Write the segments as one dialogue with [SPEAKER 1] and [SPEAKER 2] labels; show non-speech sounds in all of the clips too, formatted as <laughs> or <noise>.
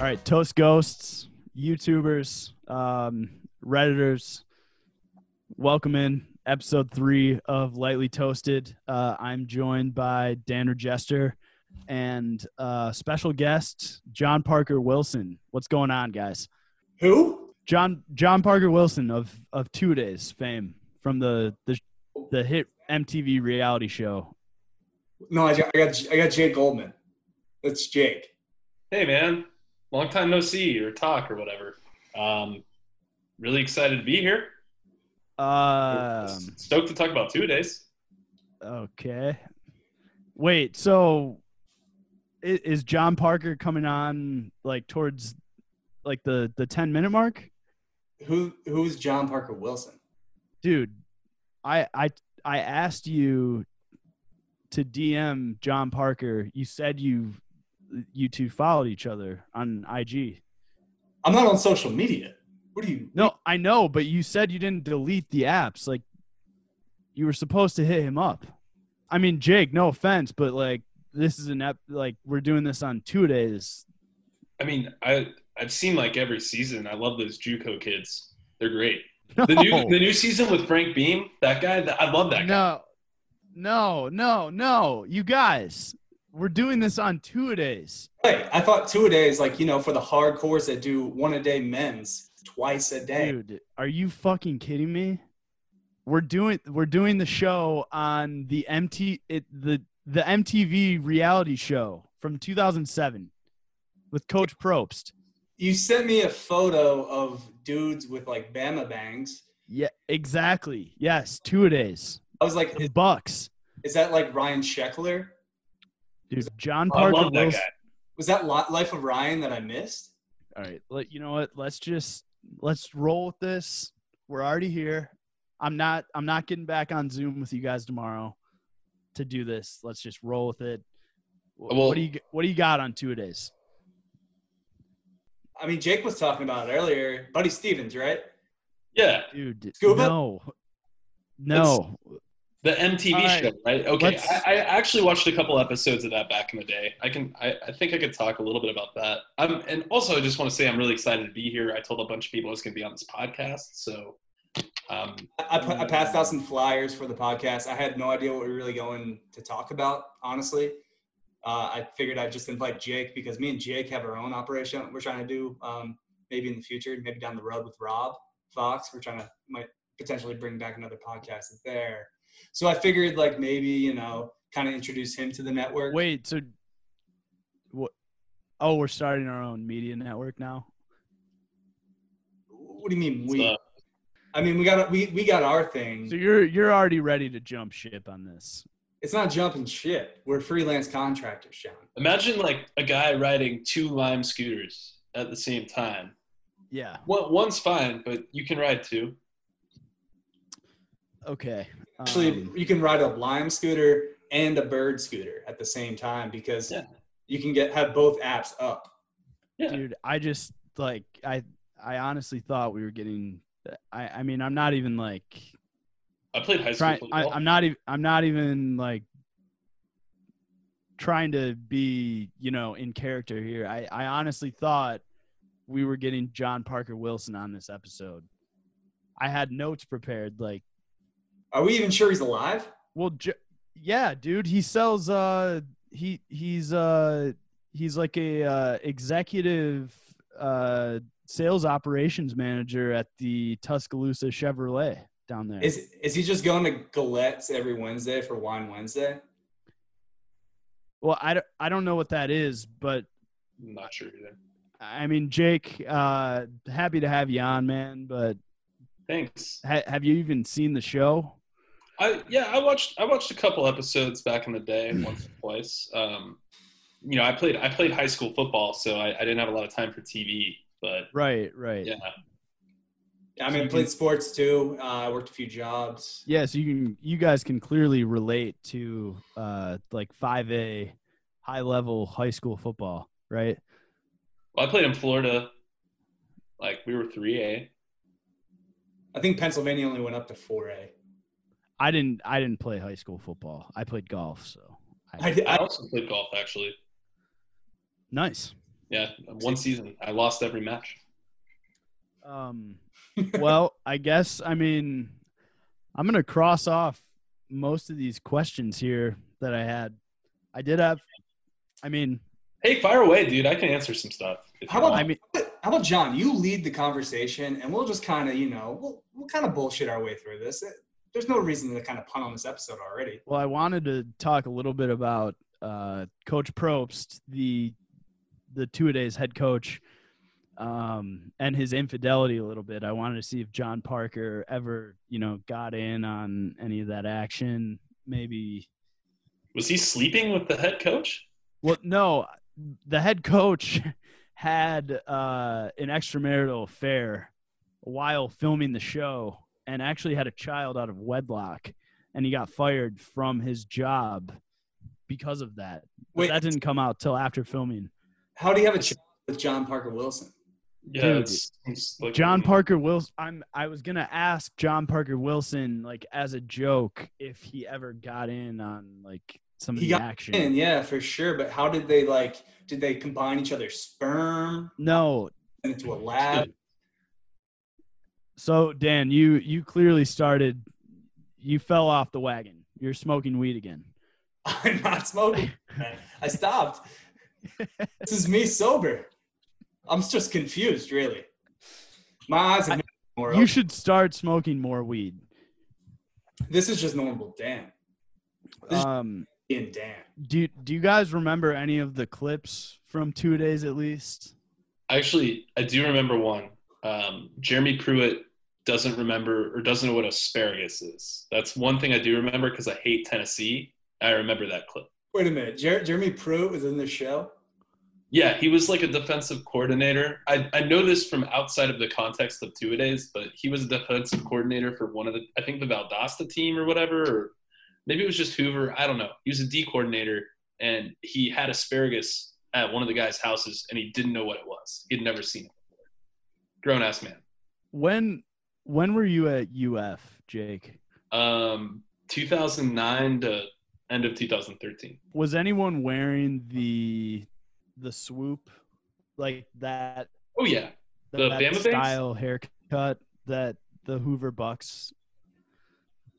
[SPEAKER 1] right, toast ghosts, YouTubers, um, redditors, welcome in episode three of Lightly Toasted. Uh, I'm joined by Dan Regester and uh, special guest John Parker Wilson. What's going on, guys?
[SPEAKER 2] Who?
[SPEAKER 1] John John Parker Wilson of of Two Days fame from the the the hit MTV reality show.
[SPEAKER 2] No, I got, I got, I got Jake Goldman. That's Jake.
[SPEAKER 3] Hey, man. Long time no see or talk or whatever. Um, really excited to be here.
[SPEAKER 1] Um,
[SPEAKER 3] Stoked to talk about two days.
[SPEAKER 1] okay. Wait, so i- is John Parker coming on like towards like the the 10 minute mark?
[SPEAKER 2] Who? Who's John Parker Wilson?
[SPEAKER 1] dude i i i asked you to dm john parker you said you you two followed each other on ig
[SPEAKER 2] I'm not on social media. What do you?
[SPEAKER 1] no i know but you said you didn't delete the apps like you were supposed to hit him up i mean jake no offense but like this is an ep- like we're doing this on two days
[SPEAKER 3] I mean, I I've seen like every season. I love those JUCO kids. They're great. The new the new season with Frank Beam, that guy, that, I love that guy.
[SPEAKER 1] No, no, no, no. You guys, we're doing this on two days.
[SPEAKER 2] Right. I thought two a day is like you know for the hardcores that do one a day men's twice a day.
[SPEAKER 1] Dude, are you fucking kidding me? We're doing we're doing the show on the MT it, the the MTV reality show from 2007 with Coach Probst.
[SPEAKER 2] You sent me a photo of dudes with like Bama bangs.
[SPEAKER 1] Yeah, exactly. Yes, two a days.
[SPEAKER 2] I was like,
[SPEAKER 1] The
[SPEAKER 2] is,
[SPEAKER 1] Bucks,
[SPEAKER 2] is that like Ryan Scheckler?
[SPEAKER 1] dude. John
[SPEAKER 3] Oh, I
[SPEAKER 1] Parker.
[SPEAKER 3] love that
[SPEAKER 1] Wilson-
[SPEAKER 3] guy.
[SPEAKER 2] Was that Li- Life of Ryan that I missed?
[SPEAKER 1] All right, let, you know what? Let's just let's roll with this. We're already here. I'm not I'm not getting back on Zoom with you guys tomorrow to do this. Let's just roll with it. Wh-
[SPEAKER 3] Well-
[SPEAKER 1] what do you g- what do you got on two days?
[SPEAKER 2] I mean, Jake was talking about it earlier. Buddy Stevens, right?
[SPEAKER 3] Yeah,
[SPEAKER 1] Dude,
[SPEAKER 2] Scuba?
[SPEAKER 1] no. No.
[SPEAKER 3] the MTV
[SPEAKER 1] All right.
[SPEAKER 3] show, right? Okay,
[SPEAKER 1] Let's-
[SPEAKER 3] I, I actually watched a couple episodes of that back in the day. I can, I, I think I could talk a little bit about that. Um, and also I just want to say I'm really excited to be here. I told a bunch of people I was going to be on this podcast, so um,
[SPEAKER 2] I, I, I passed out some flyers for the podcast. I had no idea what we were really going to talk about, honestly. Uh, I figured I'd just invite Jake because me and Jake have our own operation we're trying to do um, maybe in the future, maybe down the road with Rob Fox. We're trying to might potentially bring back another podcast there. So I figured like maybe, you know, kind of introduce him to the network.
[SPEAKER 1] Wait, so what Oh, we're starting our own media network now.
[SPEAKER 2] What do you mean we?
[SPEAKER 3] so-
[SPEAKER 2] I mean, we got we, we got our thing.
[SPEAKER 1] So you're you're already ready to jump ship on this.
[SPEAKER 2] it's not jumping ship. We're freelance contractors, Sean.
[SPEAKER 3] Imagine like a guy riding two Lime scooters at the same time.
[SPEAKER 1] Yeah.
[SPEAKER 3] One, one's fine, but you can ride two.
[SPEAKER 1] Okay.
[SPEAKER 2] Actually,
[SPEAKER 1] Um,
[SPEAKER 2] you can ride a Lime scooter and a Bird scooter at the same time because
[SPEAKER 3] Yeah.
[SPEAKER 2] you can get have both apps up.
[SPEAKER 3] Yeah.
[SPEAKER 1] dude i just like i i honestly thought we were getting i i mean i'm not even like
[SPEAKER 3] I played high school
[SPEAKER 1] trying I,
[SPEAKER 3] football.
[SPEAKER 1] i'm not even i'm not even like trying to be you know in character here i i honestly thought we were getting john parker wilson on this episode i had notes prepared like
[SPEAKER 2] Are we even sure he's alive?
[SPEAKER 1] well J- yeah dude he sells uh he he's uh he's like a uh, executive uh sales operations manager at the Tuscaloosa Chevrolet down there.
[SPEAKER 2] Is is he just going to Gillette's every Wednesday for Wine Wednesday?
[SPEAKER 1] well, I don't, I don't know what that is, but
[SPEAKER 3] I'm not sure either.
[SPEAKER 1] I mean, Jake, uh, happy to have you on, man. But
[SPEAKER 3] Thanks.
[SPEAKER 1] ha- have you even seen the show?
[SPEAKER 3] I yeah, I watched I watched a couple episodes back in the day, once or twice. Um, you know, I played I played high school football, so I, I didn't have a lot of time for TV. But
[SPEAKER 1] Right, right.
[SPEAKER 3] yeah,
[SPEAKER 2] I mean, I played sports too. Uh, I worked a few jobs.
[SPEAKER 1] Yeah, so you can you guys can clearly relate to uh like 5A high level high school football, right?
[SPEAKER 3] well, I played in Florida. Like we were three A.
[SPEAKER 2] I think Pennsylvania only went up to 4A.
[SPEAKER 1] I didn't I didn't play high school football. I played golf, so
[SPEAKER 2] I,
[SPEAKER 3] I
[SPEAKER 2] I,
[SPEAKER 3] also played golf actually.
[SPEAKER 1] nice.
[SPEAKER 3] Yeah, one season. I lost every match.
[SPEAKER 1] Um, well, I guess I mean I'm gonna cross off most of these questions here that I had. I did have. I mean,
[SPEAKER 3] Hey, fire away, dude. I can answer some stuff. if
[SPEAKER 2] How
[SPEAKER 3] you
[SPEAKER 2] about
[SPEAKER 1] I
[SPEAKER 3] want.
[SPEAKER 1] mean,
[SPEAKER 2] How about John? You lead the conversation, and we'll just kind of, you know, we'll, we'll kind of bullshit our way through this. It- There's no reason to kind of punt on this episode already.
[SPEAKER 1] well, I wanted to talk a little bit about uh, Coach Probst, the the two a days head coach, um, and his infidelity a little bit. I wanted to see if John Parker ever, you know, got in on any of that action. Maybe
[SPEAKER 3] was he sleeping with the head coach?
[SPEAKER 1] Well, no, the head coach <laughs> had uh, an extramarital affair while filming the show and actually had a child out of wedlock and he got fired from his job because of that. But
[SPEAKER 2] Wait,
[SPEAKER 1] that didn't come out till after filming.
[SPEAKER 2] how do you have a chat with John Parker Wilson?
[SPEAKER 3] Yeah,
[SPEAKER 1] Dude.
[SPEAKER 3] it's- it's like-
[SPEAKER 1] John Parker Wilson I'm I was going to ask John Parker Wilson like as a joke if he ever got in on like some of
[SPEAKER 2] He
[SPEAKER 1] the
[SPEAKER 2] got
[SPEAKER 1] action.
[SPEAKER 2] And yeah, for sure. But how did they like? Did they combine each other's sperm
[SPEAKER 1] No,
[SPEAKER 2] send it to a lab? <laughs>
[SPEAKER 1] So Dan, you you clearly started you fell off the wagon. You're smoking weed again.
[SPEAKER 2] I'm not smoking. I stopped. this is me sober. I'm just confused, really. My eyes have more.
[SPEAKER 1] You should start smoking more weed.
[SPEAKER 2] This is just normal Dan. This-
[SPEAKER 1] Um
[SPEAKER 2] Being Dan.
[SPEAKER 1] do do you guys remember any of the clips from 2 days at least?
[SPEAKER 3] Actually, I do remember one. Um, Jeremy Pruitt doesn't remember or doesn't know what asparagus is. That's one thing I do remember because I hate Tennessee. I remember that clip.
[SPEAKER 2] Wait a minute. Jer- Jeremy Pruitt was in the show.
[SPEAKER 3] Yeah, he was like a defensive coordinator. I, I know this from outside of the context of two days, but he was a defensive coordinator for one of the I think the Valdosta team or whatever, or maybe it was just Hoover. I don't know. He was a D coordinator and he had asparagus at one of the guys' houses and he didn't know what it was. He'd never seen it before. Grown ass man.
[SPEAKER 1] When when were you at UF, Jake?
[SPEAKER 3] Um, 2009 to end of 2013.
[SPEAKER 1] Was anyone wearing the the swoop like that
[SPEAKER 3] Oh yeah, The
[SPEAKER 1] that
[SPEAKER 3] Bama Bangs?
[SPEAKER 1] style haircut that the Hoover Bucks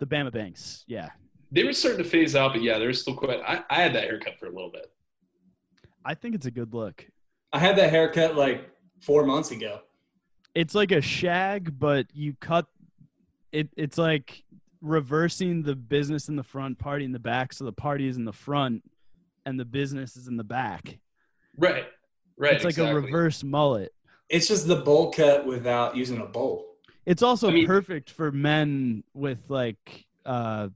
[SPEAKER 1] the Bama Banks, yeah.
[SPEAKER 3] they were starting to phase out, but yeah, they were still quite. I, I had that haircut for a little bit.
[SPEAKER 1] I think it's a good look.
[SPEAKER 2] I had that haircut like four months ago.
[SPEAKER 1] It's like a shag, but you cut it. It's like reversing the business in the front, party in the back. So the party is in the front, and the business is in the back.
[SPEAKER 3] Right, right.
[SPEAKER 1] it's like a
[SPEAKER 3] exactly.
[SPEAKER 1] reverse mullet.
[SPEAKER 2] It's just the bowl cut without using a bowl.
[SPEAKER 1] It's also
[SPEAKER 3] I mean-
[SPEAKER 1] perfect for men with like uh,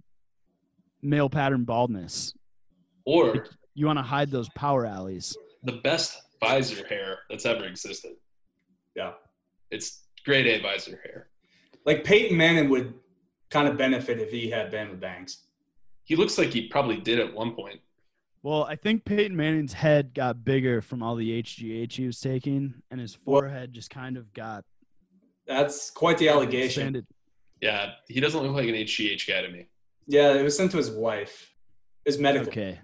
[SPEAKER 1] male pattern baldness.
[SPEAKER 3] Or
[SPEAKER 1] You want to hide those power alleys.
[SPEAKER 3] the best visor hair that's ever existed.
[SPEAKER 2] Yeah.
[SPEAKER 3] It's grade A visor hair.
[SPEAKER 2] Like Peyton Manning would kind of benefit if he had Bama Banks.
[SPEAKER 3] He looks like he probably did at one point.
[SPEAKER 1] Well, I think Peyton Manning's head got bigger from all the HGH he was taking, and his
[SPEAKER 2] Well-
[SPEAKER 1] forehead just kind of got
[SPEAKER 2] That's quite the allegation.
[SPEAKER 1] expanded.
[SPEAKER 3] Yeah, he doesn't look like an HGH guy to me.
[SPEAKER 2] Yeah, it was sent to his wife. It's medical.
[SPEAKER 1] Okay.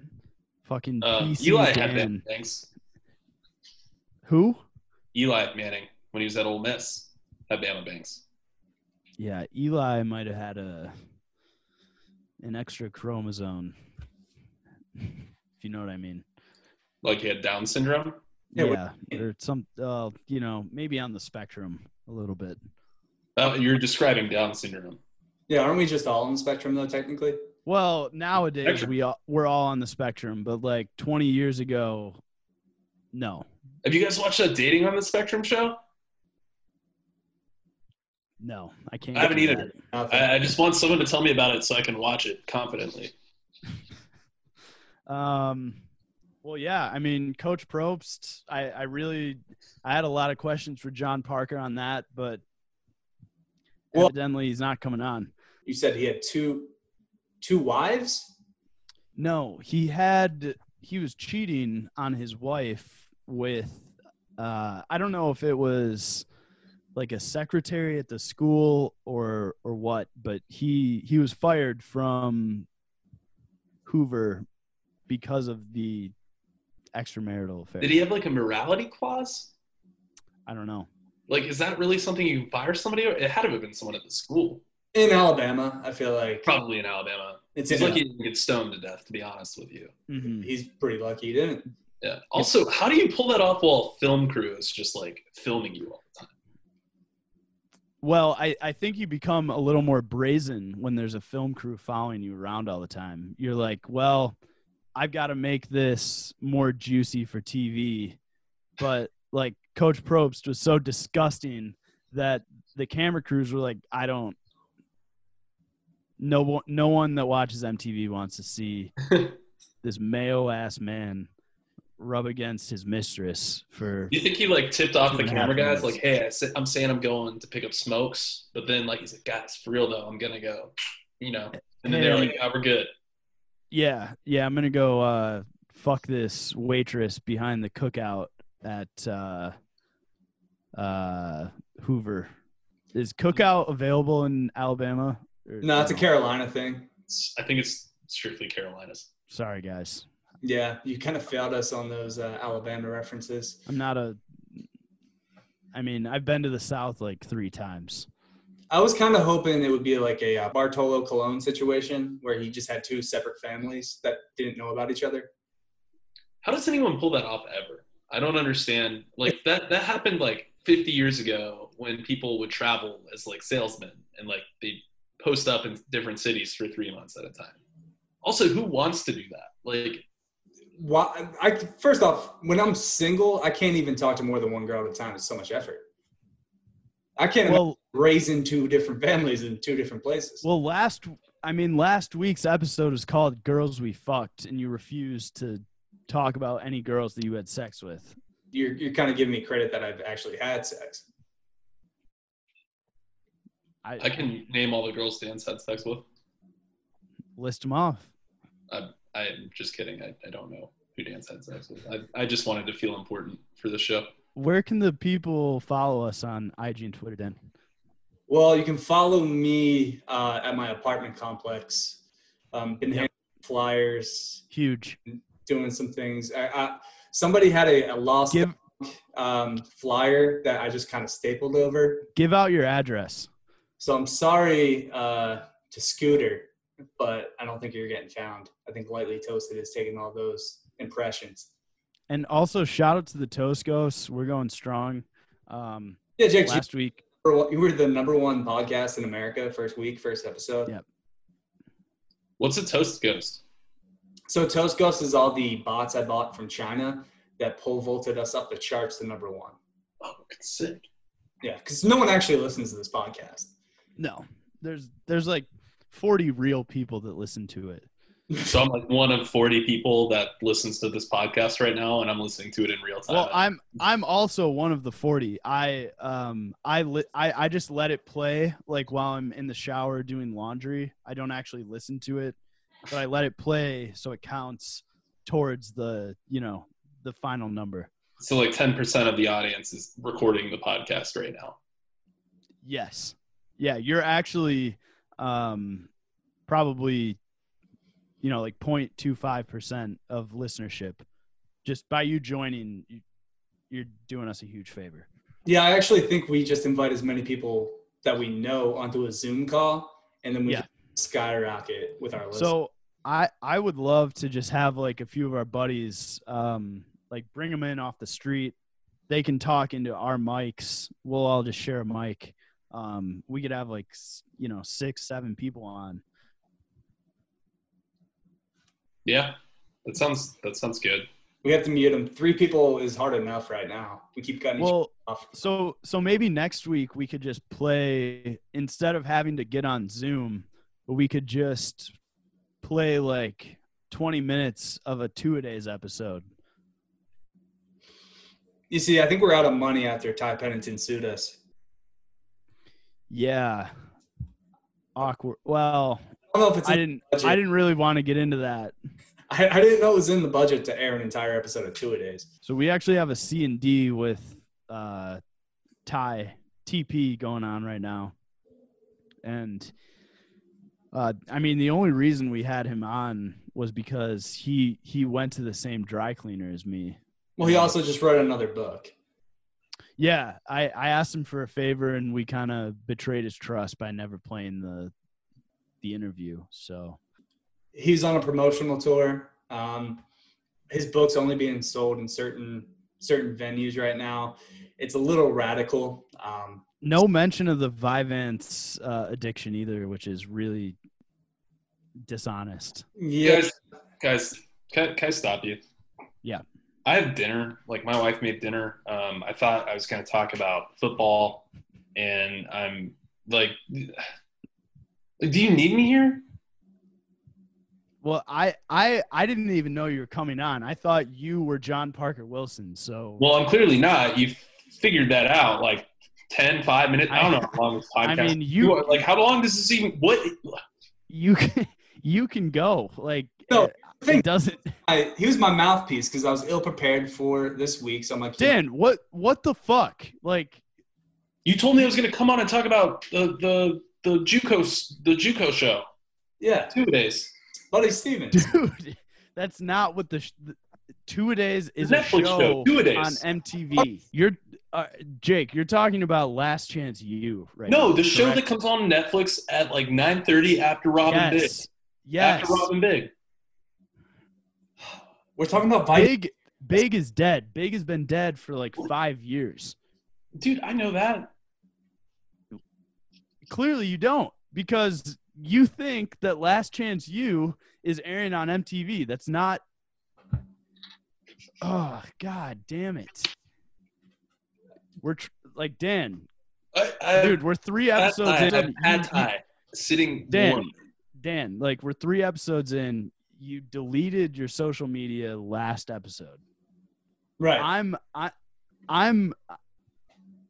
[SPEAKER 1] Fucking
[SPEAKER 3] Uh,
[SPEAKER 1] PC
[SPEAKER 3] Eli had
[SPEAKER 1] Dan.
[SPEAKER 3] that. Thanks,
[SPEAKER 1] Who?
[SPEAKER 3] Eli Manning, when he was at Ole Miss, had Bama Banks.
[SPEAKER 1] Yeah, Eli might have had a an extra chromosome. <laughs> if you know what I mean.
[SPEAKER 3] Like he had Down syndrome.
[SPEAKER 2] Yeah,
[SPEAKER 1] Yeah, or some uh, you know, maybe on the spectrum a little bit.
[SPEAKER 3] That, Uh, you're describing Down syndrome.
[SPEAKER 2] Yeah, aren't we just all on the spectrum though, technically?
[SPEAKER 1] Well, nowadays
[SPEAKER 3] Spectrum.
[SPEAKER 1] we all, we're all on the spectrum, but like 20 years ago no.
[SPEAKER 3] Have you guys watched that Dating on the Spectrum show?
[SPEAKER 1] No, I can't.
[SPEAKER 3] I haven't
[SPEAKER 1] do
[SPEAKER 3] either.
[SPEAKER 1] that.
[SPEAKER 2] Nothing.
[SPEAKER 3] I, I just want someone to tell me about it so I can watch it confidently.
[SPEAKER 1] Um, well, yeah. I mean, Coach Probst. I, I really, I had a lot of questions for John Parker on that, but
[SPEAKER 2] Well-
[SPEAKER 1] evidently he's not coming on.
[SPEAKER 2] you said he had two two wives?
[SPEAKER 1] No, he had he was cheating on his wife with. Uh, I don't know if it was like a secretary at the school or or what, but he he was fired from Hoover because of the extramarital affair.
[SPEAKER 3] Did he have like a morality clause?
[SPEAKER 1] I don't know.
[SPEAKER 3] Like, is that really something you can fire somebody? Or it had to have been someone at the school,
[SPEAKER 2] in Alabama, I feel like
[SPEAKER 3] probably in Alabama.
[SPEAKER 2] it's
[SPEAKER 3] He's
[SPEAKER 2] in
[SPEAKER 3] lucky he didn't get stoned to death, to be honest with you.
[SPEAKER 2] Al-
[SPEAKER 1] Mhm.
[SPEAKER 2] He's pretty lucky he didn't.
[SPEAKER 3] Yeah. Also, how do you pull that off while a film crew is just like filming you all the time?
[SPEAKER 1] Well, I, I think you become a little more brazen when there's a film crew following you around all the time. You're like, well, I've got to make this more juicy for TV. But like Coach Probst was so disgusting that the camera crews were like, I don't. No one, no one that watches MTV wants to see this mayo ass man rub against his mistress for
[SPEAKER 3] You think he like tipped off
[SPEAKER 1] Two
[SPEAKER 3] the
[SPEAKER 1] and a
[SPEAKER 3] camera
[SPEAKER 1] half
[SPEAKER 3] guys,
[SPEAKER 1] minutes.
[SPEAKER 3] like, "Hey, I said, I'm saying I'm going to pick up smokes," but then like he's like, "Guys, for real though, I'm gonna go," you know. And then they're
[SPEAKER 1] Hey.
[SPEAKER 3] like, "Oh, we're good."
[SPEAKER 1] Yeah, yeah, I'm gonna go uh fuck this waitress behind the cookout at uh uh Hoover. Is cookout available in Alabama? Or-
[SPEAKER 2] No, it's a Carolina thing.
[SPEAKER 3] It's- I think it's strictly Carolinas.
[SPEAKER 1] Sorry guys.
[SPEAKER 2] Yeah, you kind of failed us on those uh, Alabama references.
[SPEAKER 1] I'm not a I mean, I've been to the South like three times.
[SPEAKER 2] I was kind of hoping it would be like a uh, Bartolo Colon situation where he just had two separate families that didn't know about each other.
[SPEAKER 3] How does anyone pull that off ever? I don't understand. Like that that happened like 50 years ago when people would travel as like salesmen and like they post up in different cities for three months at a time. Also, who wants to do that? Like
[SPEAKER 2] Why? I first off, when I'm single, I can't even talk to more than one girl at a time. It's so much effort. I can't imagine
[SPEAKER 1] Well
[SPEAKER 2] raising two different <laughs> families in two different places.
[SPEAKER 1] well last I mean last week's episode was called Girls We Fucked and you refused to talk about any girls that you had sex with.
[SPEAKER 2] you're you're kind of giving me credit that I've actually had sex.
[SPEAKER 3] I can name all the girls Dan's had sex with.
[SPEAKER 1] list them off.
[SPEAKER 3] I'm just kidding. I, I don't know who Dan's had sex with. I, I just wanted to feel important for the show.
[SPEAKER 1] Where can the people follow us on IG and Twitter, Dan?
[SPEAKER 2] Well, you can follow me uh, at my apartment complex. Um, been handing flyers,
[SPEAKER 1] Huge.
[SPEAKER 2] doing some things. I, I, somebody had a, a lost
[SPEAKER 1] Give
[SPEAKER 2] um, flyer that I just kind of stapled over.
[SPEAKER 1] give out your address.
[SPEAKER 2] So I'm sorry uh, to Scooter, but I don't think you're getting found. I think Lightly Toasted is taking all those impressions.
[SPEAKER 1] And also shout out to the Toast Ghosts. We're going strong. Um,
[SPEAKER 2] Yeah, Jake, you
[SPEAKER 1] last week.
[SPEAKER 2] were, you were the number one podcast in America first week, first episode.
[SPEAKER 1] Yeah.
[SPEAKER 3] What's a toast ghost?
[SPEAKER 2] So Toast Ghost is all the bots I bought from China that pole vaulted us up the charts to number one.
[SPEAKER 3] Oh, it's sick.
[SPEAKER 2] Yeah, because no one actually listens to this podcast.
[SPEAKER 1] No. There's there's like forty real people that listen to it.
[SPEAKER 3] So I'm like one of 40 people that listens to this podcast right now, and I'm listening to it in real time.
[SPEAKER 1] Well, I'm I'm also one of the forty. I um I li- I, I just let it play like while I'm in the shower doing laundry. I don't actually listen to it, but I let it play so it counts towards the you know the final number.
[SPEAKER 3] so like 10% of the audience is recording the podcast right now.
[SPEAKER 1] Yes. Yeah, you're actually um probably you know like 0.25% of listenership. Just by you joining you, you're doing us a huge favor.
[SPEAKER 2] Yeah, I actually think we just invite as many people that we know onto a Zoom call, and then we
[SPEAKER 1] Yeah.
[SPEAKER 2] just skyrocket with our list.
[SPEAKER 1] So I I would love to just have like a few of our buddies um like bring them in off the street. They can talk into our mics. We'll all just share a mic. Um we could have like s- you know 6 7 people on.
[SPEAKER 3] Yeah, that sounds that sounds good.
[SPEAKER 2] we have to mute them. Three people is hard enough right now. We keep cutting each
[SPEAKER 1] Well,
[SPEAKER 2] other off.
[SPEAKER 1] so so maybe next week we could just play instead of having to get on Zoom, we could just play like 20 minutes of a two a days episode.
[SPEAKER 2] You see, I think we're out of money after Ty Pennington sued us.
[SPEAKER 1] Yeah. Awkward. Well,
[SPEAKER 2] I don't know if it's.
[SPEAKER 1] I
[SPEAKER 2] In,
[SPEAKER 1] didn't I didn't really want to get into that.
[SPEAKER 2] I, I didn't know it was in the budget to air an entire episode of Two A Days.
[SPEAKER 1] So we actually have a C and D with uh Ty TP going on right now. And uh I mean the only reason we had him on was because he he went to the same dry cleaner as me.
[SPEAKER 2] Well, he also just wrote another book.
[SPEAKER 1] Yeah, I I asked him for a favor and we kind of betrayed his trust by never playing the the interview. So
[SPEAKER 2] He's on a promotional tour. Um, his book's only being sold in certain certain venues right now. It's a little radical. Um,
[SPEAKER 1] no mention of the Vivance uh, addiction either, which is really dishonest.
[SPEAKER 2] yeah,
[SPEAKER 3] Guys, guys, can, can I stop you?
[SPEAKER 1] Yeah.
[SPEAKER 3] I have dinner. Like my wife made dinner. Um, I thought I was going to talk about football, and I'm like, do you need me here?
[SPEAKER 1] Well, I I I didn't even know you were coming on. I thought you were John Parker Wilson. So
[SPEAKER 3] Well, I'm clearly not. You figured that out like 10, 5 minutes. I don't know how long this
[SPEAKER 1] I
[SPEAKER 3] podcast.
[SPEAKER 1] mean, you
[SPEAKER 3] like how long does this even? What?
[SPEAKER 1] you can, <laughs> you can go. Like
[SPEAKER 2] No,
[SPEAKER 1] it-
[SPEAKER 2] I think-
[SPEAKER 1] it doesn't <laughs>
[SPEAKER 2] I, he was my mouthpiece because I was ill prepared for this week. So I'm like,
[SPEAKER 1] Dan, what what the fuck? Like <laughs>
[SPEAKER 3] You told me I was going to come on and talk about the the the JUCO s- the JUCO show
[SPEAKER 2] yeah,
[SPEAKER 3] two days.
[SPEAKER 2] Buddy Stevens.
[SPEAKER 1] dude that's not what the, sh- the two a days is a
[SPEAKER 3] Netflix show,
[SPEAKER 1] show
[SPEAKER 3] Two-A-Days.
[SPEAKER 1] on mtv you're uh, jake you're talking about last chance you right
[SPEAKER 3] No,
[SPEAKER 1] now,
[SPEAKER 3] the show
[SPEAKER 1] correct?
[SPEAKER 3] that comes on Netflix at like 9:30 after Robin Big.
[SPEAKER 1] yes yes
[SPEAKER 3] After Robin Big.
[SPEAKER 2] We're talking about Vice.
[SPEAKER 1] big big is dead big has been dead for like five years
[SPEAKER 3] Dude, I know that.
[SPEAKER 1] clearly you don't because you think that last chance you is airing on mtv that's not oh god damn it we're tr- like dan
[SPEAKER 3] I, I,
[SPEAKER 1] dude we're three episodes
[SPEAKER 3] I,
[SPEAKER 1] in You-
[SPEAKER 3] pad thai sitting
[SPEAKER 1] Dan.
[SPEAKER 3] warm.
[SPEAKER 1] dan like we're three episodes in you deleted your social media last episode
[SPEAKER 2] Right.
[SPEAKER 1] i'm i i'm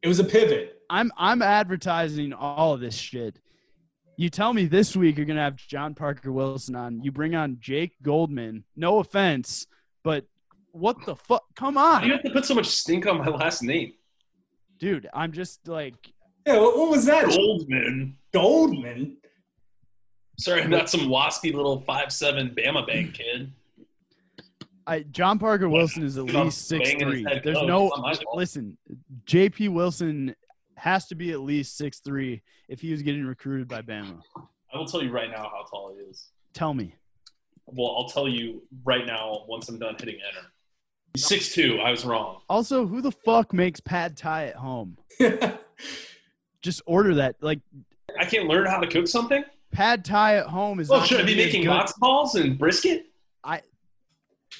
[SPEAKER 2] It was a pivot.
[SPEAKER 1] i'm i'm advertising all of this shit you tell me this week you're gonna have john parker wilson on you bring on jake goldman no offense but what the fuck come
[SPEAKER 3] Why do you
[SPEAKER 1] on
[SPEAKER 3] have to put so much stink on my last name?
[SPEAKER 1] dude i'm just like
[SPEAKER 2] Yeah, what, what was that?
[SPEAKER 3] Goldman.
[SPEAKER 2] Goldman. <laughs>
[SPEAKER 3] Sorry, I'm not some waspy little five seven Bama Bank kid.
[SPEAKER 1] I, John Parker Wilson is at
[SPEAKER 3] Dude, I'm
[SPEAKER 1] least six
[SPEAKER 3] banging his
[SPEAKER 1] three.
[SPEAKER 3] head
[SPEAKER 1] There's
[SPEAKER 3] close.
[SPEAKER 1] no
[SPEAKER 3] It's not my fault.
[SPEAKER 1] listen. J.P. Wilson has to be at least six three if he was getting recruited by Bama.
[SPEAKER 3] I will tell you right now how tall he is.
[SPEAKER 1] Tell me,
[SPEAKER 3] Well, I'll tell you right now once I'm done hitting enter. Six two. I was wrong.
[SPEAKER 1] also, who the fuck makes pad thai at home?
[SPEAKER 2] Dude,
[SPEAKER 1] Just order that. Like
[SPEAKER 3] I can't learn how to cook something.
[SPEAKER 1] pad thai at home is.
[SPEAKER 3] Well,
[SPEAKER 1] not
[SPEAKER 3] should I
[SPEAKER 1] gonna
[SPEAKER 3] be
[SPEAKER 1] as
[SPEAKER 3] making
[SPEAKER 1] good.
[SPEAKER 3] matzo balls and brisket?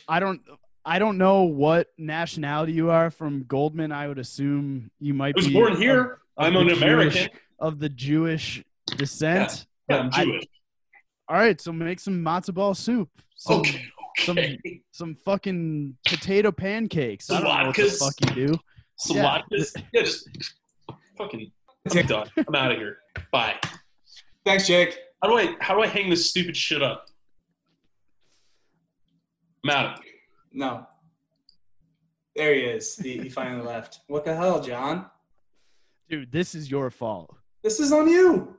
[SPEAKER 1] I don't. I don't know what nationality you are from Goldman. I would assume you
[SPEAKER 3] I
[SPEAKER 1] might
[SPEAKER 3] was
[SPEAKER 1] be.
[SPEAKER 3] born
[SPEAKER 1] of-
[SPEAKER 3] here. I'm an
[SPEAKER 1] the Jewish-
[SPEAKER 3] American.
[SPEAKER 1] of the Jewish descent.
[SPEAKER 3] Yeah, I'm
[SPEAKER 1] I-
[SPEAKER 3] Jewish.
[SPEAKER 1] All right, so make some matzo ball soup. Some-
[SPEAKER 3] okay.
[SPEAKER 1] some-
[SPEAKER 3] Okay.
[SPEAKER 1] some fucking potato pancakes. I don't know what
[SPEAKER 3] Latkes.
[SPEAKER 1] the fuck you do.
[SPEAKER 3] Some
[SPEAKER 1] yeah.
[SPEAKER 3] latkes. Yeah, just fucking. I'm
[SPEAKER 2] Take-
[SPEAKER 3] done. I'm out of here. Bye.
[SPEAKER 2] Thanks, Jake.
[SPEAKER 3] How do I how do I hang this stupid shit up? I'm out.
[SPEAKER 2] No. There he is. He, he finally left. What the hell, John?
[SPEAKER 1] Dude, this is your fault.
[SPEAKER 2] This is on you.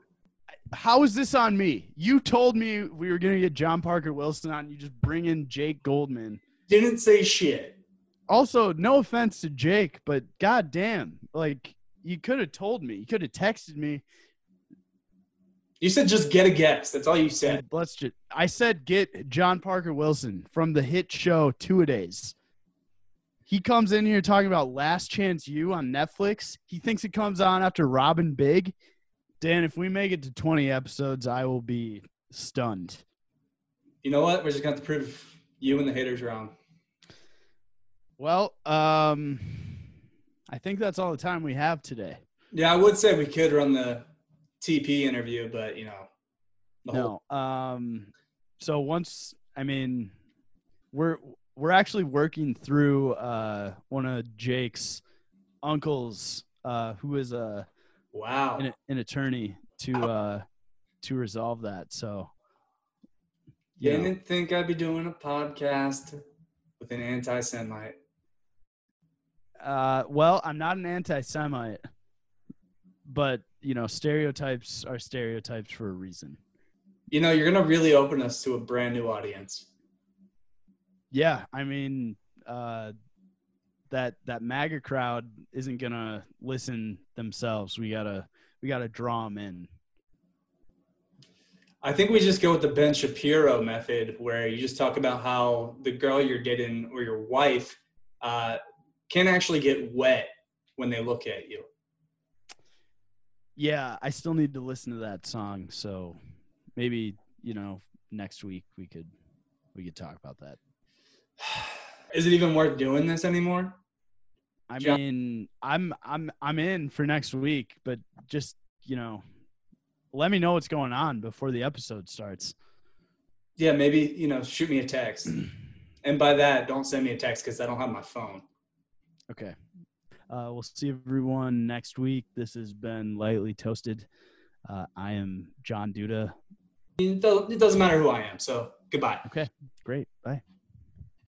[SPEAKER 1] How is this on me? You told me we were gonna get John Parker Wilson on. You just bring in Jake Goldman.
[SPEAKER 2] Didn't say shit.
[SPEAKER 1] Also, no offense to Jake, but goddamn, like you could have told me. You could have texted me.
[SPEAKER 2] You said just get a guess. That's all you said.
[SPEAKER 1] Let's just. I said get John Parker Wilson from the hit show Two A Days. He comes in here talking about Last Chance You on Netflix. He thinks it comes on after Robin Big. Dan, if we make it to 20 episodes, I will be stunned.
[SPEAKER 2] You know what? We're just going to have to prove you and the haters wrong.
[SPEAKER 1] Well, um, I think that's all the time we have today.
[SPEAKER 2] Yeah, I would say we could run the TP interview, but, you know, the whole
[SPEAKER 1] No. Um, so once, I mean, we're we're actually working through uh, one of Jake's uncles, uh, who is a
[SPEAKER 2] Wow.
[SPEAKER 1] an, an attorney to uh, to resolve that. So, you know.
[SPEAKER 2] Didn't think I'd be doing a podcast with an anti Semite.
[SPEAKER 1] Uh, well, I'm not an anti-Semite, but you know, stereotypes are stereotypes for a reason.
[SPEAKER 2] You know, you're going to really open us to a brand new audience.
[SPEAKER 1] yeah, I mean, uh, that that MAGA crowd isn't gonna listen themselves. We gotta we gotta draw them in.
[SPEAKER 2] I think we just go with the Ben Shapiro method, where you just talk about how the girl you're dating or your wife uh, can actually get wet when they look at you. <sighs>
[SPEAKER 1] Yeah, I still need to listen to that song, so maybe you know next week we could we could talk about that.
[SPEAKER 2] Is it even worth doing this anymore?
[SPEAKER 1] I
[SPEAKER 2] John-
[SPEAKER 1] mean, I'm I'm I'm in for next week, but just you know, let me know what's going on before the episode starts.
[SPEAKER 2] Yeah, maybe you know, shoot me a text, and by that, don't send me a text because I don't have my phone.
[SPEAKER 1] Okay. Uh, we'll see everyone next week. This has been lightly toasted. Uh, I am John Duda.
[SPEAKER 2] It do- it doesn't matter who I am. So goodbye.
[SPEAKER 1] Great. Bye.